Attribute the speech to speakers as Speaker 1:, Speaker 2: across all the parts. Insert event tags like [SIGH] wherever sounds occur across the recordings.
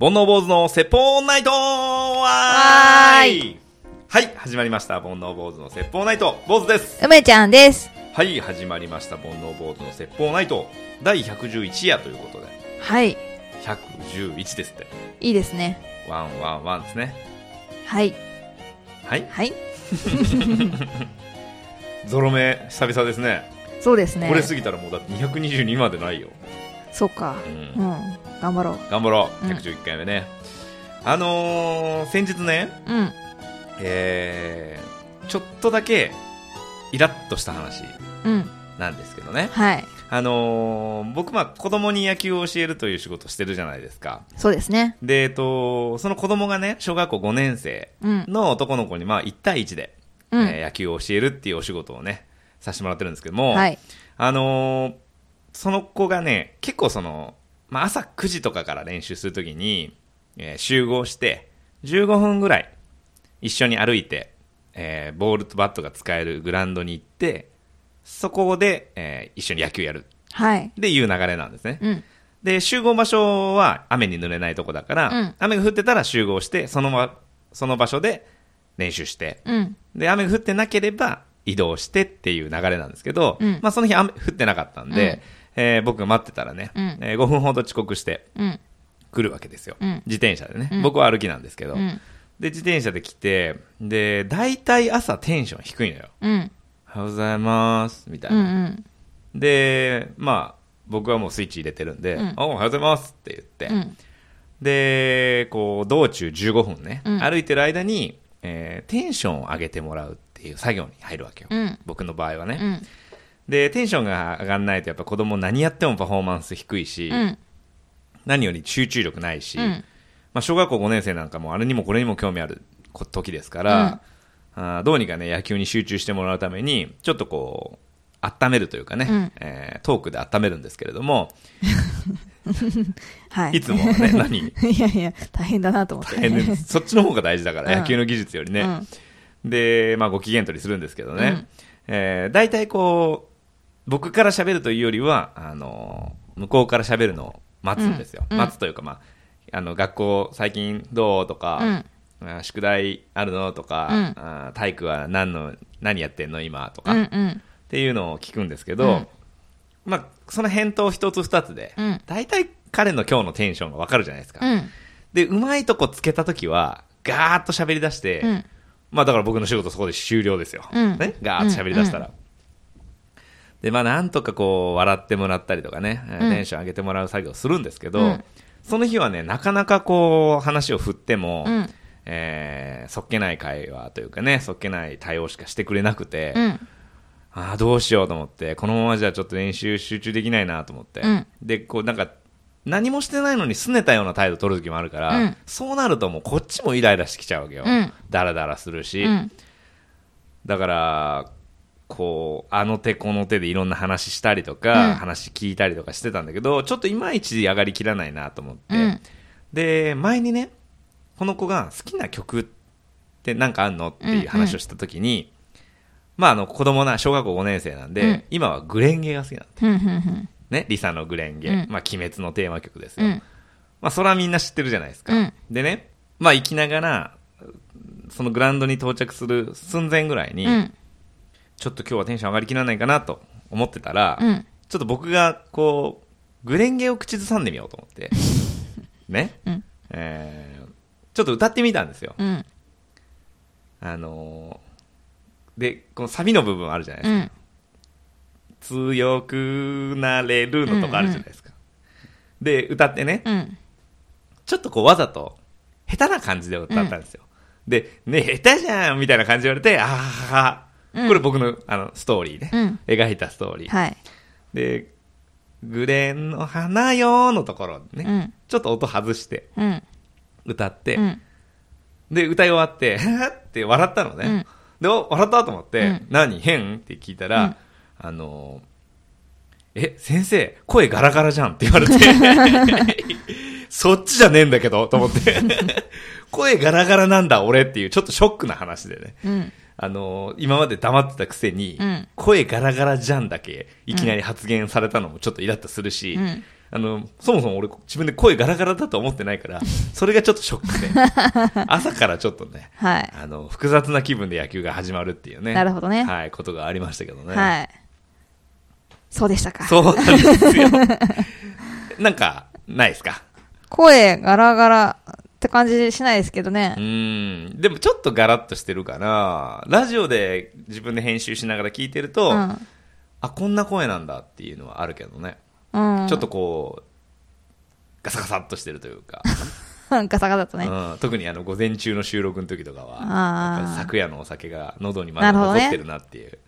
Speaker 1: 煩悩坊主の説法ナイトわーいはい、始まりました。煩悩坊主の説法ナイト、坊主です。
Speaker 2: 梅ちゃんです。
Speaker 1: はい、始まりました。煩悩坊主の説法ナイト、第111夜ということで、
Speaker 2: はい。
Speaker 1: 111ですって。
Speaker 2: いいですね。
Speaker 1: ワンワンワンですね。
Speaker 2: はい。
Speaker 1: はい、
Speaker 2: はい。
Speaker 1: ゾロ目、久々ですね。
Speaker 2: そうですね。
Speaker 1: これ過ぎたらもうだって222までないよ。
Speaker 2: そうか。
Speaker 1: うん
Speaker 2: うん。頑張ろう。
Speaker 1: 頑張ろう、
Speaker 2: うん
Speaker 1: 111回目ね。あのー、先日ね、
Speaker 2: うん。
Speaker 1: えー、ちょっとだけ、イラッとした話
Speaker 2: うん。
Speaker 1: なんですけどね。
Speaker 2: はい。
Speaker 1: あのー僕、まあ、子供に野球を教えるという仕事をしてるじゃないですか。
Speaker 2: そうですね。
Speaker 1: で、えっと、その子供がね、小学校5年生
Speaker 2: うん。
Speaker 1: の男の子に、まあ、1対1で、
Speaker 2: うん
Speaker 1: えー野球を教えるっていうお仕事をね、させてもらってるんですけども、
Speaker 2: はい。
Speaker 1: あのーその子がね、結構その、まあ、朝9時とかから練習するときに、えー集合して、15分ぐらい、一緒に歩いて、えーボールとバットが使えるグラウンドに行って、そこで、えー一緒に野球やる
Speaker 2: はい。
Speaker 1: っていう流れなんですね。
Speaker 2: うん。
Speaker 1: で、集合場所は雨に濡れないとこだから、
Speaker 2: うん
Speaker 1: 雨が降ってたら集合して、そのま、その場所で練習して、
Speaker 2: うん。
Speaker 1: で、雨が降ってなければ移動してっていう流れなんですけど、
Speaker 2: うん
Speaker 1: まあその日雨降ってなかったんで、えー僕が待ってたらね、
Speaker 2: うん
Speaker 1: えー5分ほど遅刻して
Speaker 2: うん。
Speaker 1: 来るわけですよ。
Speaker 2: うん
Speaker 1: 自転車でね、
Speaker 2: うん
Speaker 1: 僕は歩きなんですけど、
Speaker 2: うん。
Speaker 1: で、自転車で来て、で、大体朝テンション低いのよ。
Speaker 2: うん。
Speaker 1: おはようございます、みたい
Speaker 2: うん。う
Speaker 1: な。
Speaker 2: ん。
Speaker 1: で、まあ、僕はもうスイッチ入れてるんで、
Speaker 2: うん
Speaker 1: あおはようございますって言って、
Speaker 2: うん。
Speaker 1: で、こう、道中15分ね、
Speaker 2: うん
Speaker 1: 歩いてる間に、えーテンションを上げてもらうっていう作業に入るわけよ。
Speaker 2: うん
Speaker 1: 僕の場合はね、
Speaker 2: うん。
Speaker 1: で、テンションが上がんないと、やっぱ子供何やってもパフォーマンス低いし、
Speaker 2: うん。
Speaker 1: 何より集中力ないし、
Speaker 2: うん
Speaker 1: まあ、小学校5年生なんかもあれにもこれにも興味あるこ時ですから、あーどうにかね野球に集中してもらうためにちょっとこう温めるというかね、
Speaker 2: うん
Speaker 1: えートークで温めるんですけれども
Speaker 2: はい。
Speaker 1: いつもは
Speaker 2: [LAUGHS]
Speaker 1: ね何 [LAUGHS]
Speaker 2: いやいや、大変だなと思って。
Speaker 1: 大変ですそっちの方が大事だから、
Speaker 2: うん
Speaker 1: 野球の技術より
Speaker 2: う
Speaker 1: ね、
Speaker 2: ん。
Speaker 1: で、まあ、ご機嫌取りするんですけどね、
Speaker 2: うん
Speaker 1: えー大体こう僕から喋るというよりはあのー向こうから喋るのを待つんですよ、
Speaker 2: うんうん
Speaker 1: 待つというか、まあ、あの学校最近どうとか、
Speaker 2: うん
Speaker 1: あ宿題あるのとか、
Speaker 2: うん
Speaker 1: あ体育は何の何やってんの今と
Speaker 2: う
Speaker 1: か、
Speaker 2: ん
Speaker 1: っ。
Speaker 2: うん。
Speaker 1: ていうのを聞くんですけど、
Speaker 2: うん
Speaker 1: まあ、その返答一つ二つで、
Speaker 2: うん
Speaker 1: 大体彼の今日のテンションがわかるじゃないですか、
Speaker 2: うん。
Speaker 1: でうまいとこつけた時はガーッと喋り出して、
Speaker 2: うん。
Speaker 1: まあだから僕の仕事そこで終了ですよ。
Speaker 2: うん
Speaker 1: ね、ガーッと喋り出したら。
Speaker 2: う
Speaker 1: で、まあなんとかこう、笑ってもらったりとかね、えー
Speaker 2: うん
Speaker 1: テンション上げてもらう作業するんですけど、
Speaker 2: うん
Speaker 1: その日はね、なかなかこう、話を振っても、
Speaker 2: うん
Speaker 1: えーそっけない会話というかね、そっけない対応しかしてくれなくて、
Speaker 2: うん。
Speaker 1: ああ、どうしようと思って、このままじゃちょっと練習集中できないなと思って、
Speaker 2: うん
Speaker 1: で、こうなんか、何もしてないのに拗ねたような態度取る時もあるから、
Speaker 2: うん
Speaker 1: そうなるともうこっちもイライラしてきちゃうわけよ。
Speaker 2: うん
Speaker 1: ダラダラするし、
Speaker 2: うん。
Speaker 1: だからこうあの手この手でいろんな話したりとか、
Speaker 2: うん
Speaker 1: 話聞いたりとかしてたんだけどちょっといまいち上がりきらないなと思って、
Speaker 2: うん
Speaker 1: で前にねこの子が好きな曲ってなんかあんのっていう話をした時に、まああの子供な小学校5年生なんで、
Speaker 2: うん
Speaker 1: 今はグレンゲが好きなんだ
Speaker 2: うん。うん。
Speaker 1: ねリサのグレンゲ、
Speaker 2: うん
Speaker 1: まあ鬼滅のテーマ曲です
Speaker 2: う
Speaker 1: よ、
Speaker 2: ん。
Speaker 1: まあ、それはみんな知ってるじゃないですか。
Speaker 2: うん
Speaker 1: でね、まあ、行きながら、そのグラウンドに到着する寸前ぐらいに、
Speaker 2: うん。
Speaker 1: ちょっと今日はテンション上がりきらないかなと思ってたら、
Speaker 2: うん。
Speaker 1: ちょっと僕が、こう、グレンゲを口ずさんでみようと思
Speaker 2: [LAUGHS]
Speaker 1: って、ね、
Speaker 2: うん
Speaker 1: えーちょっと歌ってみたんですよ。
Speaker 2: うん。
Speaker 1: あのーで、このサビの部分あるじゃないです
Speaker 2: う
Speaker 1: か。
Speaker 2: ん。
Speaker 1: 強くなれるのとかあるじゃないですか。で、歌ってね、
Speaker 2: うん。
Speaker 1: ちょっとこうわざと、下手な感じで歌ったんですよ。で、ねえ、下手じゃんみたいな感じで言われて、あーはは、
Speaker 2: うん
Speaker 1: これ僕のあのストーリーね、
Speaker 2: うん
Speaker 1: 描いたストーリー。
Speaker 2: はい。
Speaker 1: で、グレンの花よーのところね、
Speaker 2: うん
Speaker 1: ちょっと音外して
Speaker 2: うん。
Speaker 1: 歌って、
Speaker 2: うん。
Speaker 1: で、歌い終わって、 [LAUGHS] ははって笑ったのね。
Speaker 2: うん
Speaker 1: で、お笑ったと思って、
Speaker 2: うん
Speaker 1: 何変って聞いた
Speaker 2: うん
Speaker 1: ら、あのーえ、先生、声ガラガラじゃんって言
Speaker 2: [LAUGHS]
Speaker 1: われて、そっちじゃねえんだけど、と思って、声ガラガラなんだ、俺っていう、ちょっとショックな話でね。
Speaker 2: うん。
Speaker 1: あのー今まで黙ってたくせに、
Speaker 2: うん
Speaker 1: 声ガラガラじゃんだけ、いきなり発言されたのもちょっとイラッとするし、
Speaker 2: うん
Speaker 1: あの、そもそも俺自分で声ガラガラだと思ってないから、それがちょっとショックで、
Speaker 2: [LAUGHS]
Speaker 1: 朝からちょっとね、
Speaker 2: はい。
Speaker 1: あの、複雑な気分で野球が始まるっていうね。
Speaker 2: なるほどね
Speaker 1: はい、ことがありましたけどね。
Speaker 2: はい。そうでしたか。
Speaker 1: そうなんです
Speaker 2: [LAUGHS]
Speaker 1: よ。なんか、ないですか
Speaker 2: 声ガラガラって感じしないですけどね
Speaker 1: う。ーん。でもちょっとガラッとしてるから、ラジオで自分で編集しながら聞いてると、
Speaker 2: うん。
Speaker 1: あ、こんな声なんだっていうのはあるけどね。
Speaker 2: うん。
Speaker 1: ちょっとこう、ガサガサっとしてるという
Speaker 2: [LAUGHS]
Speaker 1: か、
Speaker 2: うんガサガサとね。
Speaker 1: うん、特にあの午前中の収録の時とかは、
Speaker 2: あー
Speaker 1: やっぱり昨夜のお酒が喉にまだ
Speaker 2: なるほど
Speaker 1: 残
Speaker 2: ね
Speaker 1: ってるなっていう、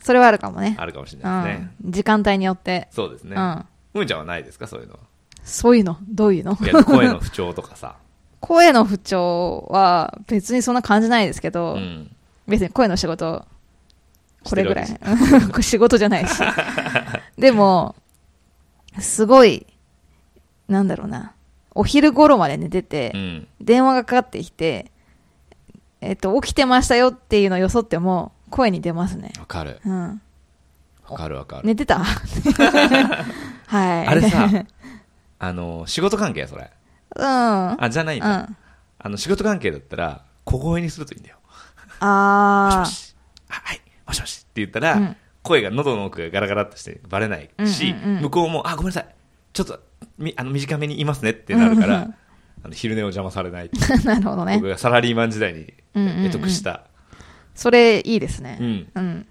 Speaker 2: それはあるかもね。
Speaker 1: あるかもしれ
Speaker 2: う
Speaker 1: ないですね
Speaker 2: ん。。時間帯によって。
Speaker 1: そうですね。
Speaker 2: うん
Speaker 1: むーちゃんはないですかそういうのは。
Speaker 2: そういうのどういうの
Speaker 1: いや、声の不調とかさ。
Speaker 2: [LAUGHS] 声の不調は別にそんな感じないですけど、
Speaker 1: うん。
Speaker 2: 別に声の仕事、これぐらい。
Speaker 1: して
Speaker 2: うんこれ [LAUGHS] 仕事じゃないし。でも、すごい、なんだろうな。お昼頃まで寝てて、
Speaker 1: うん。
Speaker 2: 電話がかかってきて、えっと、起きてましたよっていうのをよそっても、声に出ますね。
Speaker 1: わかる。
Speaker 2: うん。
Speaker 1: わかるわかる。[LAUGHS]
Speaker 2: 寝てたはい。
Speaker 1: あれさ、
Speaker 2: [LAUGHS]
Speaker 1: あの、仕事関係それ。
Speaker 2: うん。
Speaker 1: あ、じゃないん
Speaker 2: う
Speaker 1: だ。
Speaker 2: ん。
Speaker 1: あの、仕事関係だったら、小声にするといいんだよ。もしも
Speaker 2: あ
Speaker 1: し。あ、はい。もしもしって言ったら、
Speaker 2: うん
Speaker 1: 声が喉の奥がガラガラっとしてバレないし、
Speaker 2: うんうんうん
Speaker 1: 向こうも、あ、ごめんなさい。ちょっと、みあの短めに言いますねってなるから、
Speaker 2: うんうんう
Speaker 1: あの昼寝を邪魔されないっていう。
Speaker 2: あ。 [LAUGHS] なるほどね
Speaker 1: 僕。がサラリーマン時代に
Speaker 2: うんうんうん
Speaker 1: 得得した、
Speaker 2: それいいですね。
Speaker 1: うん
Speaker 2: うん。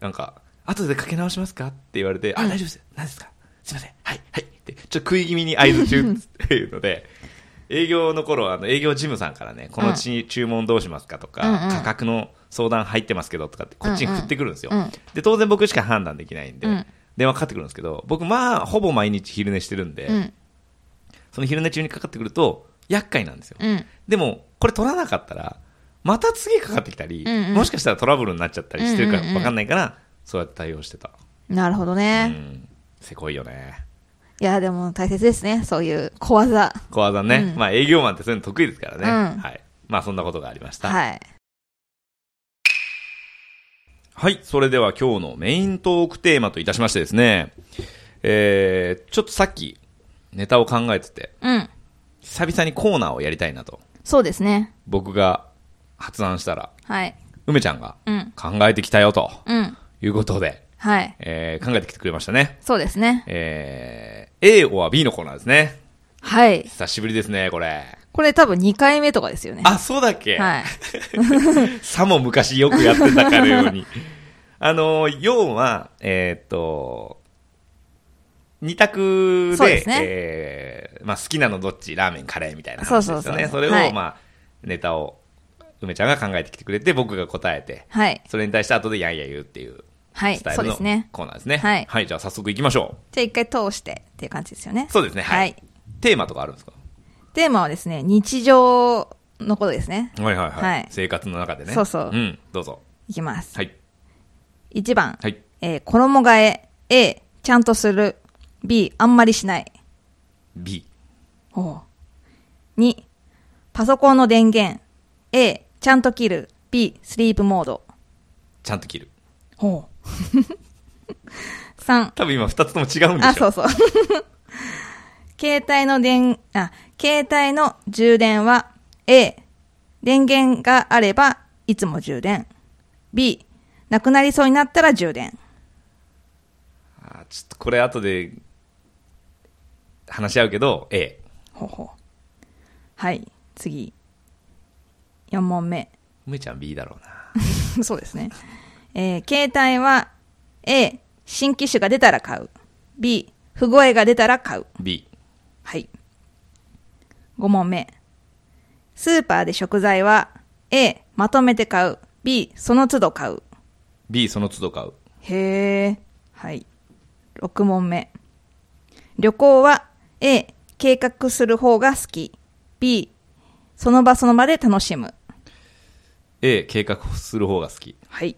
Speaker 1: なんか、後でかけ直しますかって言われて、あ、大丈夫です。何ですかすいません。はい、はい。って、ちょっと食い気味
Speaker 2: [LAUGHS]
Speaker 1: に合図中っていうので、営業の頃、あの、営業事務さんからね、このうちに注文どうしますかとか、
Speaker 2: うんうん
Speaker 1: 価格の相談入ってますけどとかって、こっちに振ってくるんですよ。
Speaker 2: うんうんうん
Speaker 1: で、当然僕しか判断できないんで、
Speaker 2: うん
Speaker 1: 電話かかってくるんですけど、僕、まあ、ほぼ毎日昼寝してるんで、
Speaker 2: うん。
Speaker 1: その昼寝中にかかってくると、厄介なんですよ。
Speaker 2: うん。
Speaker 1: でも、これ取らなかったら、また次かかってきたり、
Speaker 2: うんうん
Speaker 1: もしかしたらトラブルになっちゃったりしてるか
Speaker 2: うんうん
Speaker 1: ら
Speaker 2: うん
Speaker 1: わかんないから、そうやって対応してた。
Speaker 2: なるほど
Speaker 1: う
Speaker 2: ね。
Speaker 1: ん。せこいよね。
Speaker 2: いや、でも大切ですね。そういう小技。
Speaker 1: 小技ね。
Speaker 2: うん
Speaker 1: まあ営業マンってそういうの得意ですからね。
Speaker 2: うん
Speaker 1: はい。まあそんなことがありました。はい。
Speaker 2: はい。
Speaker 1: それでは今日のメイントークテーマといたしましてですね、えー、ちょっとさっきネタを考えてて、
Speaker 2: うん。
Speaker 1: 久々にコーナーをやりたいなと、
Speaker 2: そうですね。
Speaker 1: 僕が発案したら、
Speaker 2: はい。
Speaker 1: 梅ちゃんが
Speaker 2: うん。
Speaker 1: 考えてきたよと
Speaker 2: うん。
Speaker 1: いうことで、
Speaker 2: はい。
Speaker 1: えー、考えてきてくれましたね。
Speaker 2: そうですね。
Speaker 1: えー、A は B のコーナーですね。
Speaker 2: はい。
Speaker 1: 久しぶりですね、これ。
Speaker 2: これ多分2回目とかですよね。
Speaker 1: あ、そうだっけ、
Speaker 2: はい。
Speaker 1: さも昔よくやってたかのよう
Speaker 2: [LAUGHS]
Speaker 1: に。あの、要は、えーっと、二択
Speaker 2: そうで
Speaker 1: で、
Speaker 2: すね
Speaker 1: えーまあ、好きなのどっちラーメン、カレーみたいな
Speaker 2: そ
Speaker 1: 話
Speaker 2: うそ
Speaker 1: で
Speaker 2: う
Speaker 1: す
Speaker 2: そ
Speaker 1: よ
Speaker 2: う
Speaker 1: ね。それを、
Speaker 2: はい
Speaker 1: まあ、ネタを、梅ちゃんが考えてきてくれて、僕が答えて、
Speaker 2: はい。
Speaker 1: それに対して後でやんや言うっていう
Speaker 2: はい。
Speaker 1: スタイ
Speaker 2: そ
Speaker 1: ル
Speaker 2: うで
Speaker 1: の
Speaker 2: すね。
Speaker 1: コーナーですね。
Speaker 2: はい
Speaker 1: はい、じゃあ早速行きましょ
Speaker 2: じゃあ一回通してっていう感じですよね
Speaker 1: う。。そうですね、はい。
Speaker 2: はい
Speaker 1: テーマとかあるんですか
Speaker 2: テーマはですね、日常のことですね。
Speaker 1: はいはいはい。
Speaker 2: はい
Speaker 1: 生活の中でね。
Speaker 2: そうそう
Speaker 1: うん、どうぞ。
Speaker 2: いきます。
Speaker 1: はい。
Speaker 2: 1番、
Speaker 1: はい。
Speaker 2: えー衣替え。A、ちゃんとする。B、あんまりしない。
Speaker 1: B。
Speaker 2: 2パソコンの電源 A ちゃんと切る B スリープモード
Speaker 1: ちゃんと切る。
Speaker 2: [LAUGHS] 3
Speaker 1: 多分今二つとも違うんでしょ
Speaker 2: あそうそう [LAUGHS] 携帯の電あ携帯の充電は A 電源があればいつも充電 B なくなりそうになったら充電
Speaker 1: あーちょっとこれ後で話し合うけど A
Speaker 2: ほうほうはい次4問目 [LAUGHS]
Speaker 1: 梅ちゃん B だろうな
Speaker 2: そうですね。えー携帯は A、新機種が出たら買う。B、不具合が出たら買う。
Speaker 1: B
Speaker 2: はい。5問目。スーパーで食材は A、まとめて買う。B、その都度買う。
Speaker 1: B その都度買う
Speaker 2: へえ。はい。6問目。旅行は A、計画する方が好き。B、その場その場で楽しむ。
Speaker 1: A 計画する方が好き
Speaker 2: はい。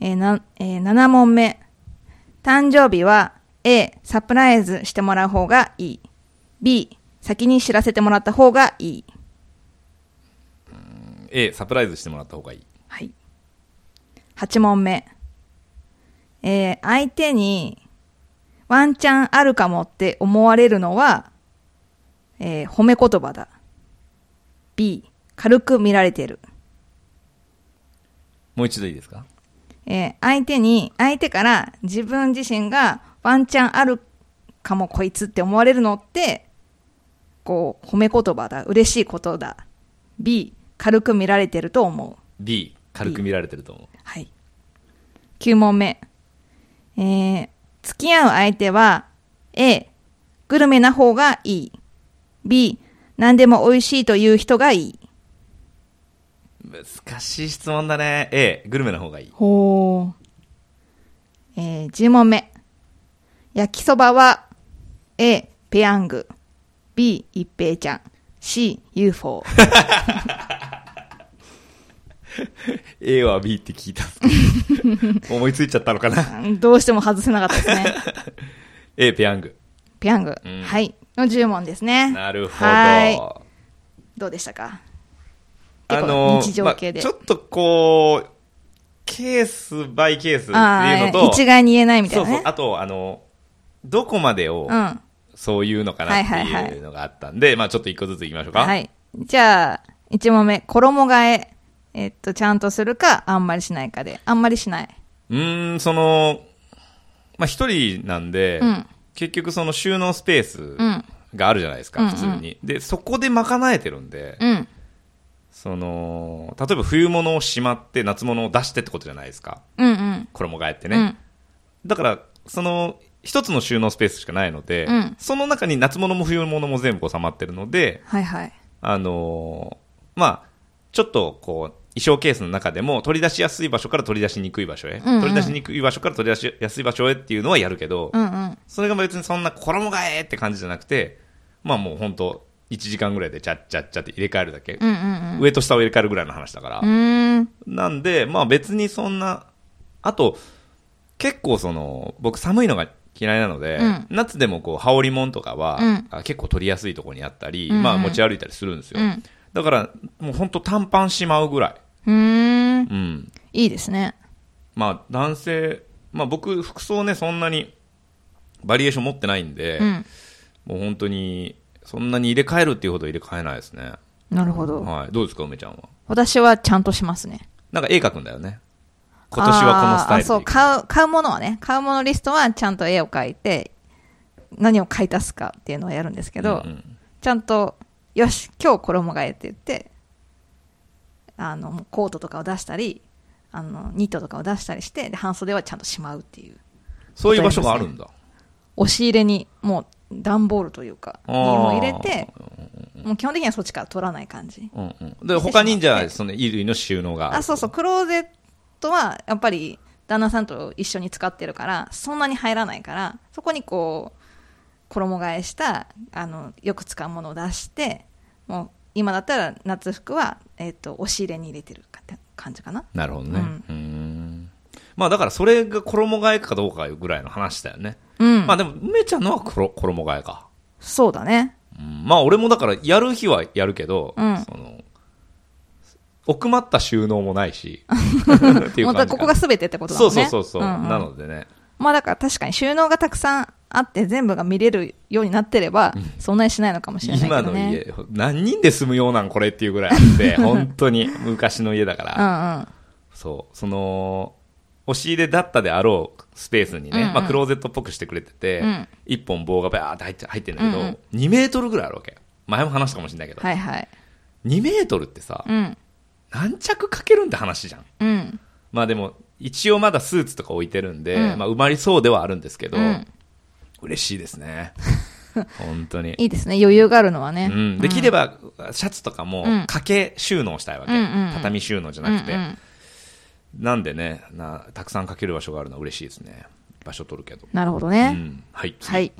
Speaker 2: えーな、えー7問目。誕生日は A、サプライズしてもらう方がいい。B、先に知らせてもらった方がいい。
Speaker 1: A サプライズしてもらった方がいい
Speaker 2: はい。8問目。えー相手にワンチャンあるかもって思われるのは、えー褒め言葉だ。B、軽く見られてる。
Speaker 1: もう一度いいですか
Speaker 2: えー相手に、相手から自分自身がワンチャンあるかもこいつって思われるのって、こう、褒め言葉だ。嬉しいことだ。B、軽く見られてると思う。
Speaker 1: B 軽く見られてると思う
Speaker 2: はい。9問目。えー、付き合う相手は、A、グルメな方がいい。B、何でも美味しいという人がいい。
Speaker 1: 難しい質問だね A グルメの方がいい
Speaker 2: ほう。えー、10問目。焼きそばは、A、ペヤング。B、一平ちゃん。C、UFO。
Speaker 1: A は B って聞いた
Speaker 2: [LAUGHS]
Speaker 1: 思いついちゃったのかな
Speaker 2: どうしても外せなかったですね。 [LAUGHS]
Speaker 1: A ペヤング
Speaker 2: ペヤング。
Speaker 1: うん
Speaker 2: はい。の10問ですね。
Speaker 1: なるほ
Speaker 2: はい。
Speaker 1: ど
Speaker 2: どうでしたか
Speaker 1: あ
Speaker 2: 結
Speaker 1: の
Speaker 2: 構
Speaker 1: ー
Speaker 2: 日常系で。
Speaker 1: まあちょっとこうケースバイケースっていうの
Speaker 2: あー
Speaker 1: と
Speaker 2: 一概に言えないみたいなね。
Speaker 1: そうそうあとあのどこまでを
Speaker 2: うん。
Speaker 1: そういうのかなって
Speaker 2: はいはいはい
Speaker 1: いうのがあったんで、まあちょっと一個ずついきましょうか、
Speaker 2: はい。じゃあ、1問目。衣替え。えっと、ちゃんとするか、あんまりしないかで。あんまりしない。
Speaker 1: うーんそのまあ一人なんで、
Speaker 2: うん
Speaker 1: 結局その収納スペース
Speaker 2: うん。
Speaker 1: があるじゃないですか、
Speaker 2: うんうん
Speaker 1: 普通にでそこで賄えてるんで、
Speaker 2: うん。
Speaker 1: その例えば冬物をしまって夏物を出してってことじゃないですか
Speaker 2: うんうん。
Speaker 1: 衣替えって
Speaker 2: う
Speaker 1: ね、
Speaker 2: ん。
Speaker 1: だからその一つの収納スペースしかないので、
Speaker 2: うん
Speaker 1: その中に夏物も冬物も全部収まってるので
Speaker 2: はいはい。
Speaker 1: あのーまあちょっとこう衣装ケースの中でも取り出しやすい場所から取り出しにくい場所へ、
Speaker 2: んうん
Speaker 1: 取り出しにくい場所から取り出しやすい場所へっていうのはやるけど、
Speaker 2: うんうん。
Speaker 1: それが別にそんな衣替えって感じじゃなくてまあもう本当1時間ぐらいでちゃっちゃっちゃって入れ替えるだけ、
Speaker 2: うんうん
Speaker 1: 上と下を入れ替えるぐらいの話だから
Speaker 2: う、ん。うーん。
Speaker 1: なんでまあ別にそんなあと結構その僕寒いのが嫌いなので、
Speaker 2: うん
Speaker 1: 夏でもこう羽織物とかは、
Speaker 2: うん
Speaker 1: あ結構取りやすいところにあったり、
Speaker 2: うんうん
Speaker 1: まあ持ち歩いたりするんですよ、
Speaker 2: うん
Speaker 1: だからもう本当短パンしまうぐらい、
Speaker 2: うーん。
Speaker 1: うん、
Speaker 2: いいですね。
Speaker 1: まあ男性、まあ、僕服装ねそんなにバリエーション持ってないんで、
Speaker 2: うん。
Speaker 1: もう本当にそんなに入れ替えるっていうほど入れ替えないですね、
Speaker 2: なるほど。
Speaker 1: はい、どうですか梅ちゃんは
Speaker 2: 私はちゃんとしますね。
Speaker 1: なんか絵描くんだよね今年はこのスタイル
Speaker 2: あーあそう、買う、買うものはね、買うものリストはちゃんと絵を描いて、何を買い足すかっていうのをやるんですけ
Speaker 1: け
Speaker 2: ど、ちゃんと、よし、今日衣替えって言って、あの、もうコートとかを出したり、あの、ニットとかを出したりして、で、半袖はちゃんとしまうっていう。
Speaker 1: そういう場所があるんだ。
Speaker 2: 押し入れに、もう、段ボールというか、
Speaker 1: あ
Speaker 2: に
Speaker 1: ー
Speaker 2: も入れて、もう基本的にはそっちから取らない感じ。
Speaker 1: うんうん、で他にじゃあ、その衣類の収納がある
Speaker 2: あ、そうそう、クローゼットは、やっぱり、旦那さんと一緒に使ってるから、そんなに入らないから、そこにこう、衣替えした、あの、よく使うものを出して、もう、今だったら夏服は、えっ、と、押し入れに入れてるかって感じかな。
Speaker 1: なるほどね。
Speaker 2: う
Speaker 1: うんーんまあだからそれが衣替えかどうかぐらいの話だよね。
Speaker 2: うん。
Speaker 1: まあでも、梅ちゃんのは衣衣替えか。
Speaker 2: そうだね。
Speaker 1: うんまあ俺もだからやる日はやるけど、
Speaker 2: うん
Speaker 1: その奥まった収納もない
Speaker 2: [LAUGHS]
Speaker 1: し、っていう
Speaker 2: もう
Speaker 1: 感じかな
Speaker 2: だここが全てってことだ
Speaker 1: そ
Speaker 2: も
Speaker 1: うんそう
Speaker 2: ね。
Speaker 1: そうそう、
Speaker 2: んん
Speaker 1: なのでね。
Speaker 2: まあだから確かに収納がたくさんあって全部が見れるようになってれば、そんなにしないのかもしれないけ
Speaker 1: 今
Speaker 2: ど
Speaker 1: の
Speaker 2: ね。
Speaker 1: 家、何人で住むようなんこれっていうぐらいあって、
Speaker 2: [LAUGHS]
Speaker 1: 本当に昔の家だから。
Speaker 2: うんうん。
Speaker 1: そう、その、押し入れだったであろうスペースにね、
Speaker 2: うんうん
Speaker 1: まあ、クローゼットっぽくしてくれてて、
Speaker 2: うん
Speaker 1: 一本棒がバーって入って入ってんだけど、
Speaker 2: うんうん
Speaker 1: 2メートルぐらいあるわけ。前も話したかもしれないけど、
Speaker 2: はいはい。
Speaker 1: 2メートルってさ、
Speaker 2: うん。
Speaker 1: 何着かけるんって話じゃん。
Speaker 2: うん。
Speaker 1: まあでも、一応まだスーツとか置いてるんで、
Speaker 2: うん
Speaker 1: まあ埋まりそうではあるんですけど、
Speaker 2: うん
Speaker 1: 嬉しいです
Speaker 2: [LAUGHS]
Speaker 1: ね。本当に。
Speaker 2: いいですね。余裕があるのはね。
Speaker 1: うん、できれば、シャツとかも
Speaker 2: うん
Speaker 1: 掛け収納したいわけ、
Speaker 2: うんうんうん
Speaker 1: 畳収納じゃ
Speaker 2: うん
Speaker 1: なくて、
Speaker 2: うん
Speaker 1: なんでねな、たくさんかける場所があるのは嬉しいですね。場所取るけど。
Speaker 2: なるほど
Speaker 1: う
Speaker 2: ね。
Speaker 1: ん。はい。
Speaker 2: はい。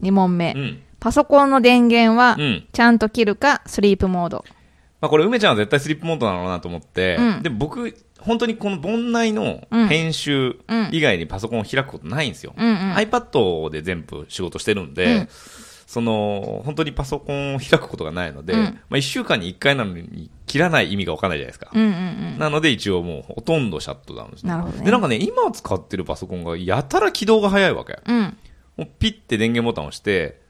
Speaker 2: 2問目。
Speaker 1: うん。
Speaker 2: パソコンの電源は
Speaker 1: うん、
Speaker 2: ちゃんと切るか、スリープモード。
Speaker 1: まあこれ、梅ちゃんは絶対スリップモードなのかなと思って、
Speaker 2: うん
Speaker 1: でも僕、本当にこの盆内の
Speaker 2: うん
Speaker 1: 編集
Speaker 2: うん
Speaker 1: 以外にパソコンを開くことないんですよ。
Speaker 2: うんうん
Speaker 1: iPad で全部仕事してるんで、
Speaker 2: うん
Speaker 1: その、本当にパソコンを開くことがないので、
Speaker 2: うん
Speaker 1: まあ1週間に1回なのに切らない意味がわかんないじゃないですか。
Speaker 2: うんうんうん。
Speaker 1: なので一応もうほとんどシャットダウンして
Speaker 2: なるほどね
Speaker 1: で、なんかね、今使ってるパソコンがやたら起動が早いわけ。
Speaker 2: うん。
Speaker 1: もうピッて電源ボタンを押して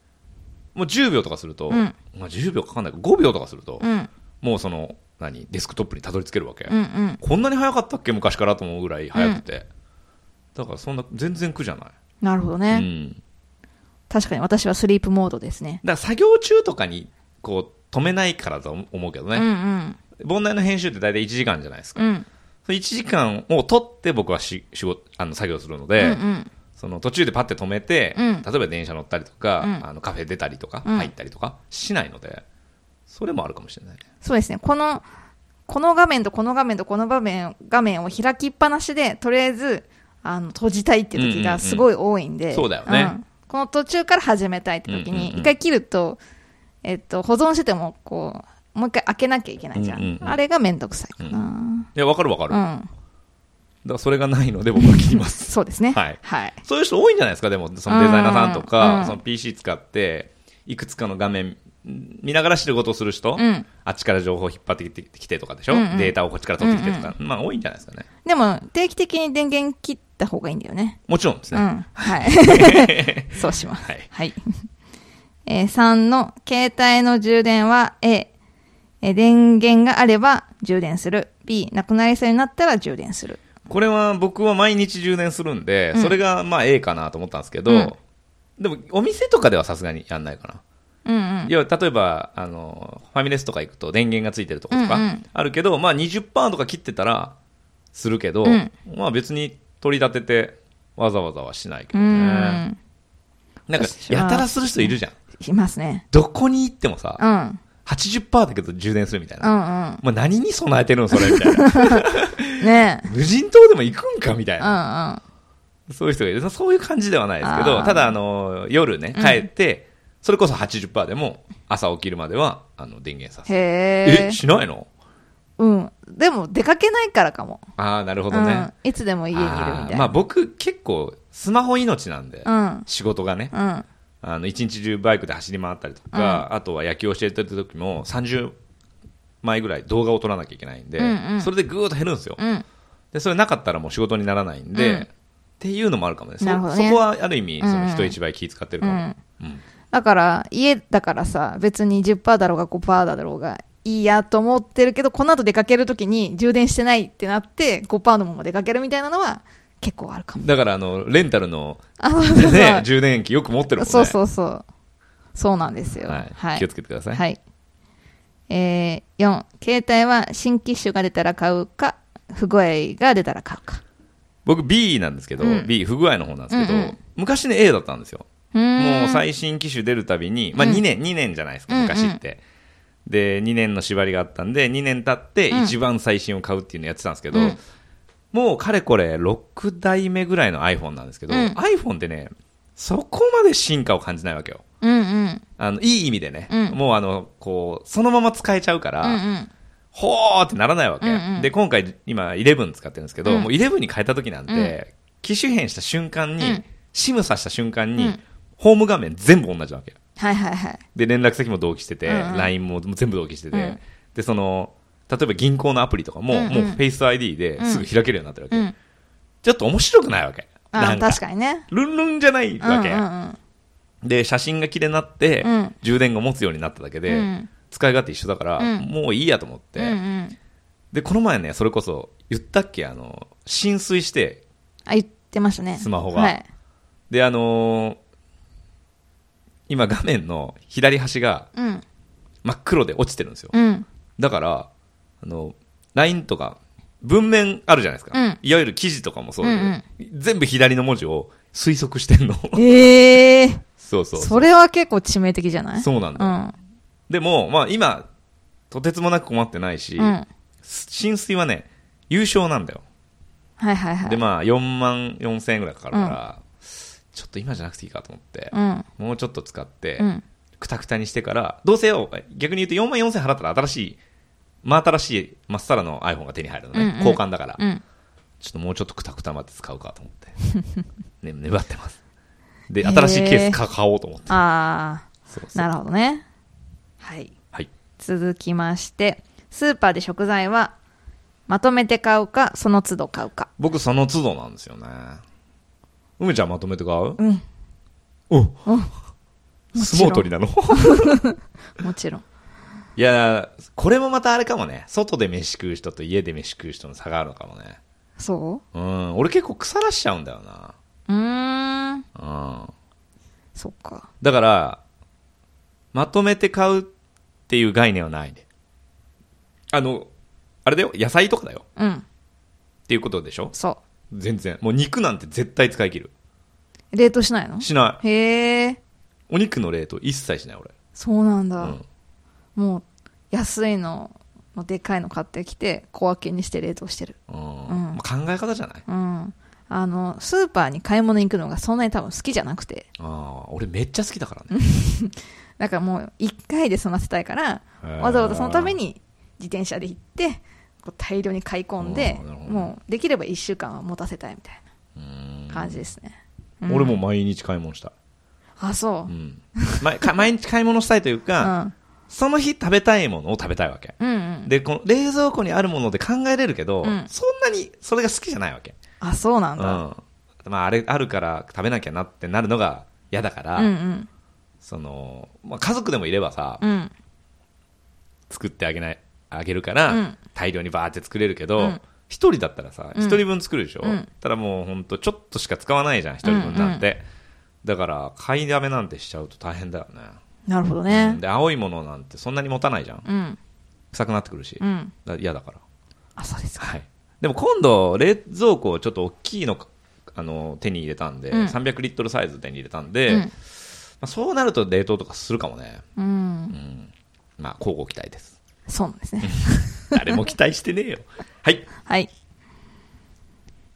Speaker 1: もう10秒とかすると、
Speaker 2: うん
Speaker 1: まあ、10秒かかんないか5秒とかすると、
Speaker 2: うん
Speaker 1: もうその何デスクトップにたどり着けるわけ、
Speaker 2: うんうん
Speaker 1: こんなに早かったっけ昔からと思うぐらい早くて、だからそんな全然苦じゃない、
Speaker 2: なるほど
Speaker 1: う
Speaker 2: ね、
Speaker 1: ん、だか
Speaker 2: 確かに私はスリープモードですね
Speaker 1: ら作業中とかにこう止めないからと思うけど
Speaker 2: うん
Speaker 1: ね、
Speaker 2: うん
Speaker 1: 問題の編集って大体1時間じゃないですか、
Speaker 2: うん
Speaker 1: その1時間を取って僕はし仕事あの作業するので、
Speaker 2: うんうん
Speaker 1: その途中でパッて止めて、
Speaker 2: うん
Speaker 1: 例えば電車乗ったりとか、
Speaker 2: うん
Speaker 1: あのカフェ出たりとか、
Speaker 2: うん
Speaker 1: 入ったりとかしないのでそれもあるかもしれないね
Speaker 2: そうですねこのこの画面とこの画面とこの場面画面を開きっぱなしでとりあえずあの閉じたいっていう
Speaker 1: うんう
Speaker 2: 時
Speaker 1: んう
Speaker 2: が
Speaker 1: ん
Speaker 2: すごい多いんで、
Speaker 1: そうだよね
Speaker 2: んこの途中から始めたいって時
Speaker 1: う
Speaker 2: に
Speaker 1: んうんうん
Speaker 2: 一回切ると、えっと、保存しててもこうもう一回開けなきゃいけないじゃ
Speaker 1: う
Speaker 2: ん,、
Speaker 1: んうんうん
Speaker 2: あれが面倒くさいかな、
Speaker 1: いやわかるわかる、
Speaker 2: う
Speaker 1: だか
Speaker 2: ん、
Speaker 1: らそれがないので僕は切ります [LAUGHS]
Speaker 2: そうですね
Speaker 1: はい
Speaker 2: はい、
Speaker 1: そういう人多いんじゃないですかでもそのデザイナーさんと
Speaker 2: うん
Speaker 1: か、
Speaker 2: うん
Speaker 1: その PC 使っていくつかの画面見ながら仕事をする人、
Speaker 2: うん
Speaker 1: あっちから情報を引っ張ってきてとかでしょ、
Speaker 2: うんうん
Speaker 1: データをこっちから取ってきてとか、まあ多いんじゃないですかね
Speaker 2: でも定期的に電源切った方がいいんだよね
Speaker 1: もちろんです
Speaker 2: う
Speaker 1: ね、
Speaker 2: ん
Speaker 1: [LAUGHS]
Speaker 2: はい。 [LAUGHS] そうします。
Speaker 1: はい
Speaker 2: えー3の、携帯の充電は A、えー電源があれば充電する。B、なくなりそうになったら充電する。
Speaker 1: これは僕は毎日充電するんで、
Speaker 2: うん
Speaker 1: それがまあ A かなと思ったんですけど、
Speaker 2: うん
Speaker 1: でもお店とかではさすがにやんないかな、
Speaker 2: うんうん。
Speaker 1: 要は例えばあのファミレスとか行くと電源がついてるとこと
Speaker 2: う
Speaker 1: か
Speaker 2: んうん
Speaker 1: あるけど、まあ、20%とか切ってたらするけど、
Speaker 2: うん
Speaker 1: まあ、別に取り立ててわざわざはしないけ
Speaker 2: う
Speaker 1: どね
Speaker 2: ん。
Speaker 1: なんか
Speaker 2: 私は
Speaker 1: やたらする人いるじゃん
Speaker 2: いますね。
Speaker 1: どこに行ってもさ
Speaker 2: うん。
Speaker 1: 80%だけど充電するみたいな、
Speaker 2: うんうん。
Speaker 1: まあ、何に備えてるのそれみたい
Speaker 2: [LAUGHS]
Speaker 1: な
Speaker 2: ねえ。
Speaker 1: 無人島でも行くんかみたい
Speaker 2: うん
Speaker 1: な
Speaker 2: うん。
Speaker 1: そういう人がいる。そういう感じではないですけど、
Speaker 2: あー
Speaker 1: ただ、あの、夜ね、
Speaker 2: うん
Speaker 1: 帰って、それこそ80%でも、朝起きるまでは、あの、電源させる。
Speaker 2: へえ
Speaker 1: え、。しないの
Speaker 2: うん。でも出かけないからかも。
Speaker 1: ああ、なるほ
Speaker 2: う
Speaker 1: どね
Speaker 2: ん。。いつでも家にいるみ
Speaker 1: あ
Speaker 2: た
Speaker 1: ー
Speaker 2: い
Speaker 1: まあ
Speaker 2: な。
Speaker 1: 僕、結構、スマホ命なんで、
Speaker 2: うん。
Speaker 1: 仕事がね、
Speaker 2: うん。
Speaker 1: あの、一日中バイクで走り回ったりとか、あとは野球を教えてた時も、30枚ぐらい動画を撮らなきゃいけないんで、
Speaker 2: うんうん
Speaker 1: それでぐーっと減るんですよ。
Speaker 2: うん。
Speaker 1: で、それなかったらもう仕事にならないんで、
Speaker 2: うん
Speaker 1: っていうのもあるかもね。そ
Speaker 2: なるほどね
Speaker 1: そこはある意味、そ
Speaker 2: うん
Speaker 1: の人一倍気使ってるかも。
Speaker 2: うん
Speaker 1: うん
Speaker 2: だから家だからさ別に10%だろうが5%だろうがいいやと思ってるけどこの後出かけるときに充電してないってなって5%のまま出かけるみたいなのは結構あるか
Speaker 1: [LAUGHS]
Speaker 2: も
Speaker 1: だからあのレンタル
Speaker 2: [LAUGHS]
Speaker 1: の、
Speaker 2: あそうそうそう、
Speaker 1: ね、充電器よく持ってるもんね
Speaker 2: [LAUGHS] そうそうそうそうなんですよ
Speaker 1: はい
Speaker 2: はい
Speaker 1: 気をつけてください、
Speaker 2: はいえー、4携帯は新機種が出たら買うか不具合が出たら買うか
Speaker 1: 僕 B なんですけど、
Speaker 2: うん
Speaker 1: B 不具合の方なんですけど、
Speaker 2: うんうん
Speaker 1: 昔ね A だったんですよ
Speaker 2: うーん
Speaker 1: もう最新機種出るたびに、まあ、
Speaker 2: うん
Speaker 1: 2年、2年じゃないですか
Speaker 2: うんうん
Speaker 1: 昔って、で2年の縛りがあったんで2年経って
Speaker 2: うん
Speaker 1: 一番最新を買うっていうのやってたんですけど、
Speaker 2: うん後
Speaker 1: もうかれこれ6代目ぐらいの iPhone なんですけど、
Speaker 2: うん
Speaker 1: iPhone ってねそこまで進化を感じないわけよ
Speaker 2: うんうん
Speaker 1: あのいい意味でね、
Speaker 2: うん
Speaker 1: もうあのこうそのまま使えちゃうから、
Speaker 2: うんうん
Speaker 1: ほーってならないわけ。
Speaker 2: うんうん
Speaker 1: で、今回、今、11使ってるんですけど、
Speaker 2: うん
Speaker 1: もう11に変えた時なんて、
Speaker 2: うん
Speaker 1: 機種変した瞬間に、
Speaker 2: うん
Speaker 1: シムさした瞬間に、
Speaker 2: うん
Speaker 1: ホーム画面全部同じなわけ。
Speaker 2: はいはいはい
Speaker 1: で、連絡先も同期してて、
Speaker 2: うんうん
Speaker 1: LINE も全部同期してて、
Speaker 2: うん
Speaker 1: で、その、例えば銀行のアプリとかも、
Speaker 2: うんうん
Speaker 1: もう FaceID ですぐ開けるようになってるわけ。
Speaker 2: うん
Speaker 1: ちょっと面白くないわけ。な
Speaker 2: あ
Speaker 1: んか
Speaker 2: 確かにね
Speaker 1: ルンルンじゃないわけ。
Speaker 2: うんうん
Speaker 1: で、写真が綺麗になって、
Speaker 2: うん
Speaker 1: 充電が持つようになっただけ
Speaker 2: うん
Speaker 1: で、
Speaker 2: うん
Speaker 1: 使い勝手一緒だから、
Speaker 2: うん
Speaker 1: もういいやと思って、
Speaker 2: うんうん
Speaker 1: で、この前ね、それこそ、言ったっけ、あの、浸水して、
Speaker 2: あ、言ってましたね。
Speaker 1: スマホが
Speaker 2: はい。
Speaker 1: で、あのー今画面の左端が
Speaker 2: うん。
Speaker 1: 真っ黒で落ちてるんですよ。 [LAUGHS]
Speaker 2: うん。
Speaker 1: だから、あの、LINE とか、文面あるじゃないですか。
Speaker 2: うん
Speaker 1: いわゆる記事とかもそうだけど、
Speaker 2: うん
Speaker 1: 全部左の文字を推測して [LAUGHS] んの。
Speaker 2: ええー。
Speaker 1: そうそう
Speaker 2: それは結構致命的じゃない
Speaker 1: そうなんだよでも、まあ今、とてつもなく困ってないし、
Speaker 2: うん。うん。
Speaker 1: 浸水はね、優勝なんだよ。
Speaker 2: はいはいはい。
Speaker 1: で、まあ4万4千円ぐらいかかるから、ちょっと今じゃなくていいかと思って、
Speaker 2: うん。
Speaker 1: もうちょっと使って、
Speaker 2: うん。
Speaker 1: くたくたにしてから、どうせよ、逆に言うと4万4000払ったら新しい、真新しい、まっさらの iPhone が手に入るのね。
Speaker 2: うんうん
Speaker 1: 交換だから、
Speaker 2: うん。
Speaker 1: ちょっともうちょっとくたくたまで使うかと思って。
Speaker 2: [LAUGHS]
Speaker 1: ね、粘ってます。で、新しいケースか買おうと思って。
Speaker 2: あ
Speaker 1: そう
Speaker 2: あ、
Speaker 1: そう
Speaker 2: なるほどね。はい。
Speaker 1: はい。
Speaker 2: 続きまして、スーパーで食材は、まとめて買うか、その都度買うか。
Speaker 1: 僕その都度なんですよね。梅ちゃんまとめて買う
Speaker 2: うん。
Speaker 1: お
Speaker 2: ろん
Speaker 1: 相撲取りなの
Speaker 2: もち
Speaker 1: [LAUGHS]
Speaker 2: ろん。
Speaker 1: いやーこれもまたあれかもね外で飯食う人と家で飯食う人の差があるのかもね
Speaker 2: そ
Speaker 1: うん俺結構腐らしちゃうんだよな
Speaker 2: ううーん。
Speaker 1: うん
Speaker 2: そっか。
Speaker 1: だからまとめて買うっていう概念はないであのあれだよ野菜とかだよ
Speaker 2: うん。
Speaker 1: っていうことでしょ
Speaker 2: そ
Speaker 1: 全然もう肉なんて絶対使い切る
Speaker 2: う。冷凍しないの
Speaker 1: しな
Speaker 2: へえ。
Speaker 1: いお肉の冷凍一切しない俺
Speaker 2: そうなんだ。
Speaker 1: うん
Speaker 2: もう、安いの、のでかいの買ってきて、小分けにして冷凍してる。
Speaker 1: うん
Speaker 2: うん
Speaker 1: まあ考え方じゃない
Speaker 2: うん。あの、スーパーに買い物に行くのがそんなに多分好きじゃなくて。
Speaker 1: ああ俺めっちゃ好きだからね
Speaker 2: だからもう、一回で済ませたいから、
Speaker 1: へー
Speaker 2: わざわざそのために自転車で行って、こう大量に買い込んで
Speaker 1: あーなるほ、ど
Speaker 2: もう、できれば一週間は持たせたいみたいうなん感じですね。うん
Speaker 1: 俺も。毎日買い物
Speaker 2: [LAUGHS]
Speaker 1: した
Speaker 2: あ、そうう。
Speaker 1: ん毎か毎日買い物したいという
Speaker 2: う
Speaker 1: か
Speaker 2: ん。
Speaker 1: その日食べたいものを食べたいわけ
Speaker 2: うんうん。
Speaker 1: でこの冷蔵庫にあるもので考えれるけど、
Speaker 2: うん
Speaker 1: そんなにそれが好きじゃないわけ
Speaker 2: あ、そうな
Speaker 1: うんん
Speaker 2: だ。
Speaker 1: まあ、あれあるから食べなきゃなってなるのが嫌だから、
Speaker 2: うんうん。
Speaker 1: そのまあ、家族でもいればさ、
Speaker 2: うん。
Speaker 1: 作ってあげないあげるから、
Speaker 2: うん
Speaker 1: 大量にバーって作れるけど、
Speaker 2: うん
Speaker 1: 一人だったらさ
Speaker 2: うん
Speaker 1: 一人分作るでしょ、
Speaker 2: うん
Speaker 1: ただもうほんとちょっとしか使わないじゃん一人分なんて、だから買いだめなんてしちゃうと大変だよね
Speaker 2: なるほど
Speaker 1: う
Speaker 2: ね
Speaker 1: ん。で青いものなんてそんなに持たないじゃん
Speaker 2: うん。
Speaker 1: 臭くなってくるし、
Speaker 2: うん。
Speaker 1: だ嫌だから
Speaker 2: あ、そうですか。
Speaker 1: はいでも今度冷蔵庫をちょっと大きいのあの手に入れたんで、
Speaker 2: うん
Speaker 1: 300リットルサイズ手に入れたんで、まあ、そうなると冷凍とかするかもね
Speaker 2: うん。うん。
Speaker 1: まあ交互期待です
Speaker 2: そうなんですね。
Speaker 1: 誰も期待してねえよ [LAUGHS] はい
Speaker 2: はい。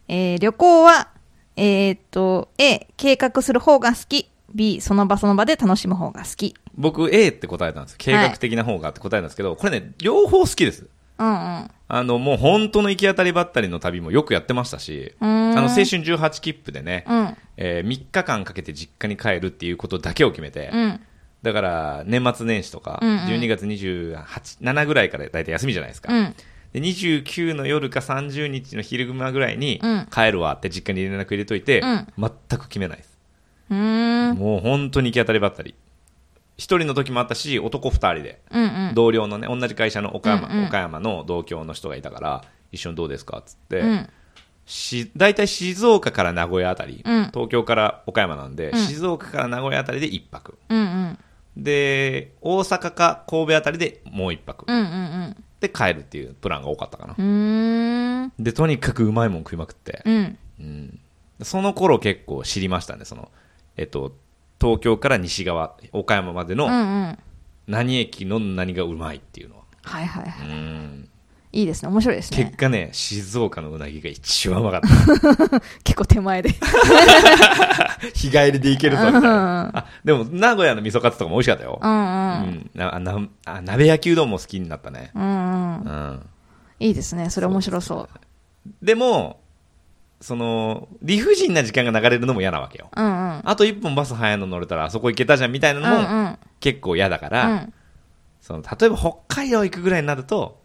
Speaker 2: えー旅行は、えーっと、A、計画する方が好き。B、その場その場で楽しむ方が好き。
Speaker 1: 僕 A って答えたんです計画的な方がって答えたんですけど、これね両方好きです
Speaker 2: うんうん。
Speaker 1: あのもう本当の行き当たりばったりの旅もよくやってましたし
Speaker 2: うーん
Speaker 1: あの青春18切符でね、
Speaker 2: うん。
Speaker 1: え3日間かけて実家に帰るっていうことだけを決めて、
Speaker 2: うん。
Speaker 1: だから年末年始とか、
Speaker 2: うんうん
Speaker 1: 12月27ぐらいから大体休みじゃないですか、
Speaker 2: うん。
Speaker 1: で29の夜か30日の昼間ぐらいに
Speaker 2: うん
Speaker 1: 帰るわって実家に連絡入れといて、
Speaker 2: うん
Speaker 1: 全く決めないです、
Speaker 2: うーん。
Speaker 1: もう本当に行き当たりばったり一人の時もあったし男二人で、
Speaker 2: うんうん。
Speaker 1: 同僚のね同じ会社の岡山,、
Speaker 2: うんうん
Speaker 1: 岡山の同郷の人がいたから一緒にどうですかっつって、
Speaker 2: うん。
Speaker 1: し大体静岡から名古屋あたり、
Speaker 2: うん
Speaker 1: 東京から岡山なんで、
Speaker 2: うん
Speaker 1: 静岡から名古屋あたりで一泊、
Speaker 2: うんうん。
Speaker 1: で大阪か神戸あたりでもう一泊、
Speaker 2: うんうん
Speaker 1: で帰るっていうプランが多かったかな
Speaker 2: う、ん。うーん。
Speaker 1: でとにかくうまいもん食いまくって、
Speaker 2: うん。
Speaker 1: うんその頃結構知りましたねそのえっと東京から西側岡山まで
Speaker 2: うんう
Speaker 1: の
Speaker 2: ん。
Speaker 1: 何駅の何がうまいっていうのは、
Speaker 2: はいはいは
Speaker 1: うん
Speaker 2: い。いいですね。面白いです
Speaker 1: 結
Speaker 2: ね。
Speaker 1: 果ね静岡のうなぎが一番うま
Speaker 2: [LAUGHS]
Speaker 1: かった
Speaker 2: 結構手前で。
Speaker 1: 日帰りで行けるぞみたい
Speaker 2: うん
Speaker 1: なあでも名古屋の味噌カツとかも美味しかったよ
Speaker 2: う、
Speaker 1: うん
Speaker 2: うん。
Speaker 1: なあなあ鍋焼きうどんも好きになったね、
Speaker 2: うんうん。
Speaker 1: うん、
Speaker 2: いいですね。それ面白そう。
Speaker 1: でも、その、理不尽な時間が流れるのも嫌なわけよ。
Speaker 2: うんうん。
Speaker 1: あと1本バス早いの乗れたらあそこ行けたじゃんみたいな
Speaker 2: うんう
Speaker 1: のも
Speaker 2: ん。
Speaker 1: 結構嫌だか
Speaker 2: う
Speaker 1: ら、
Speaker 2: ん。
Speaker 1: その例えば北海道行くぐらいになると、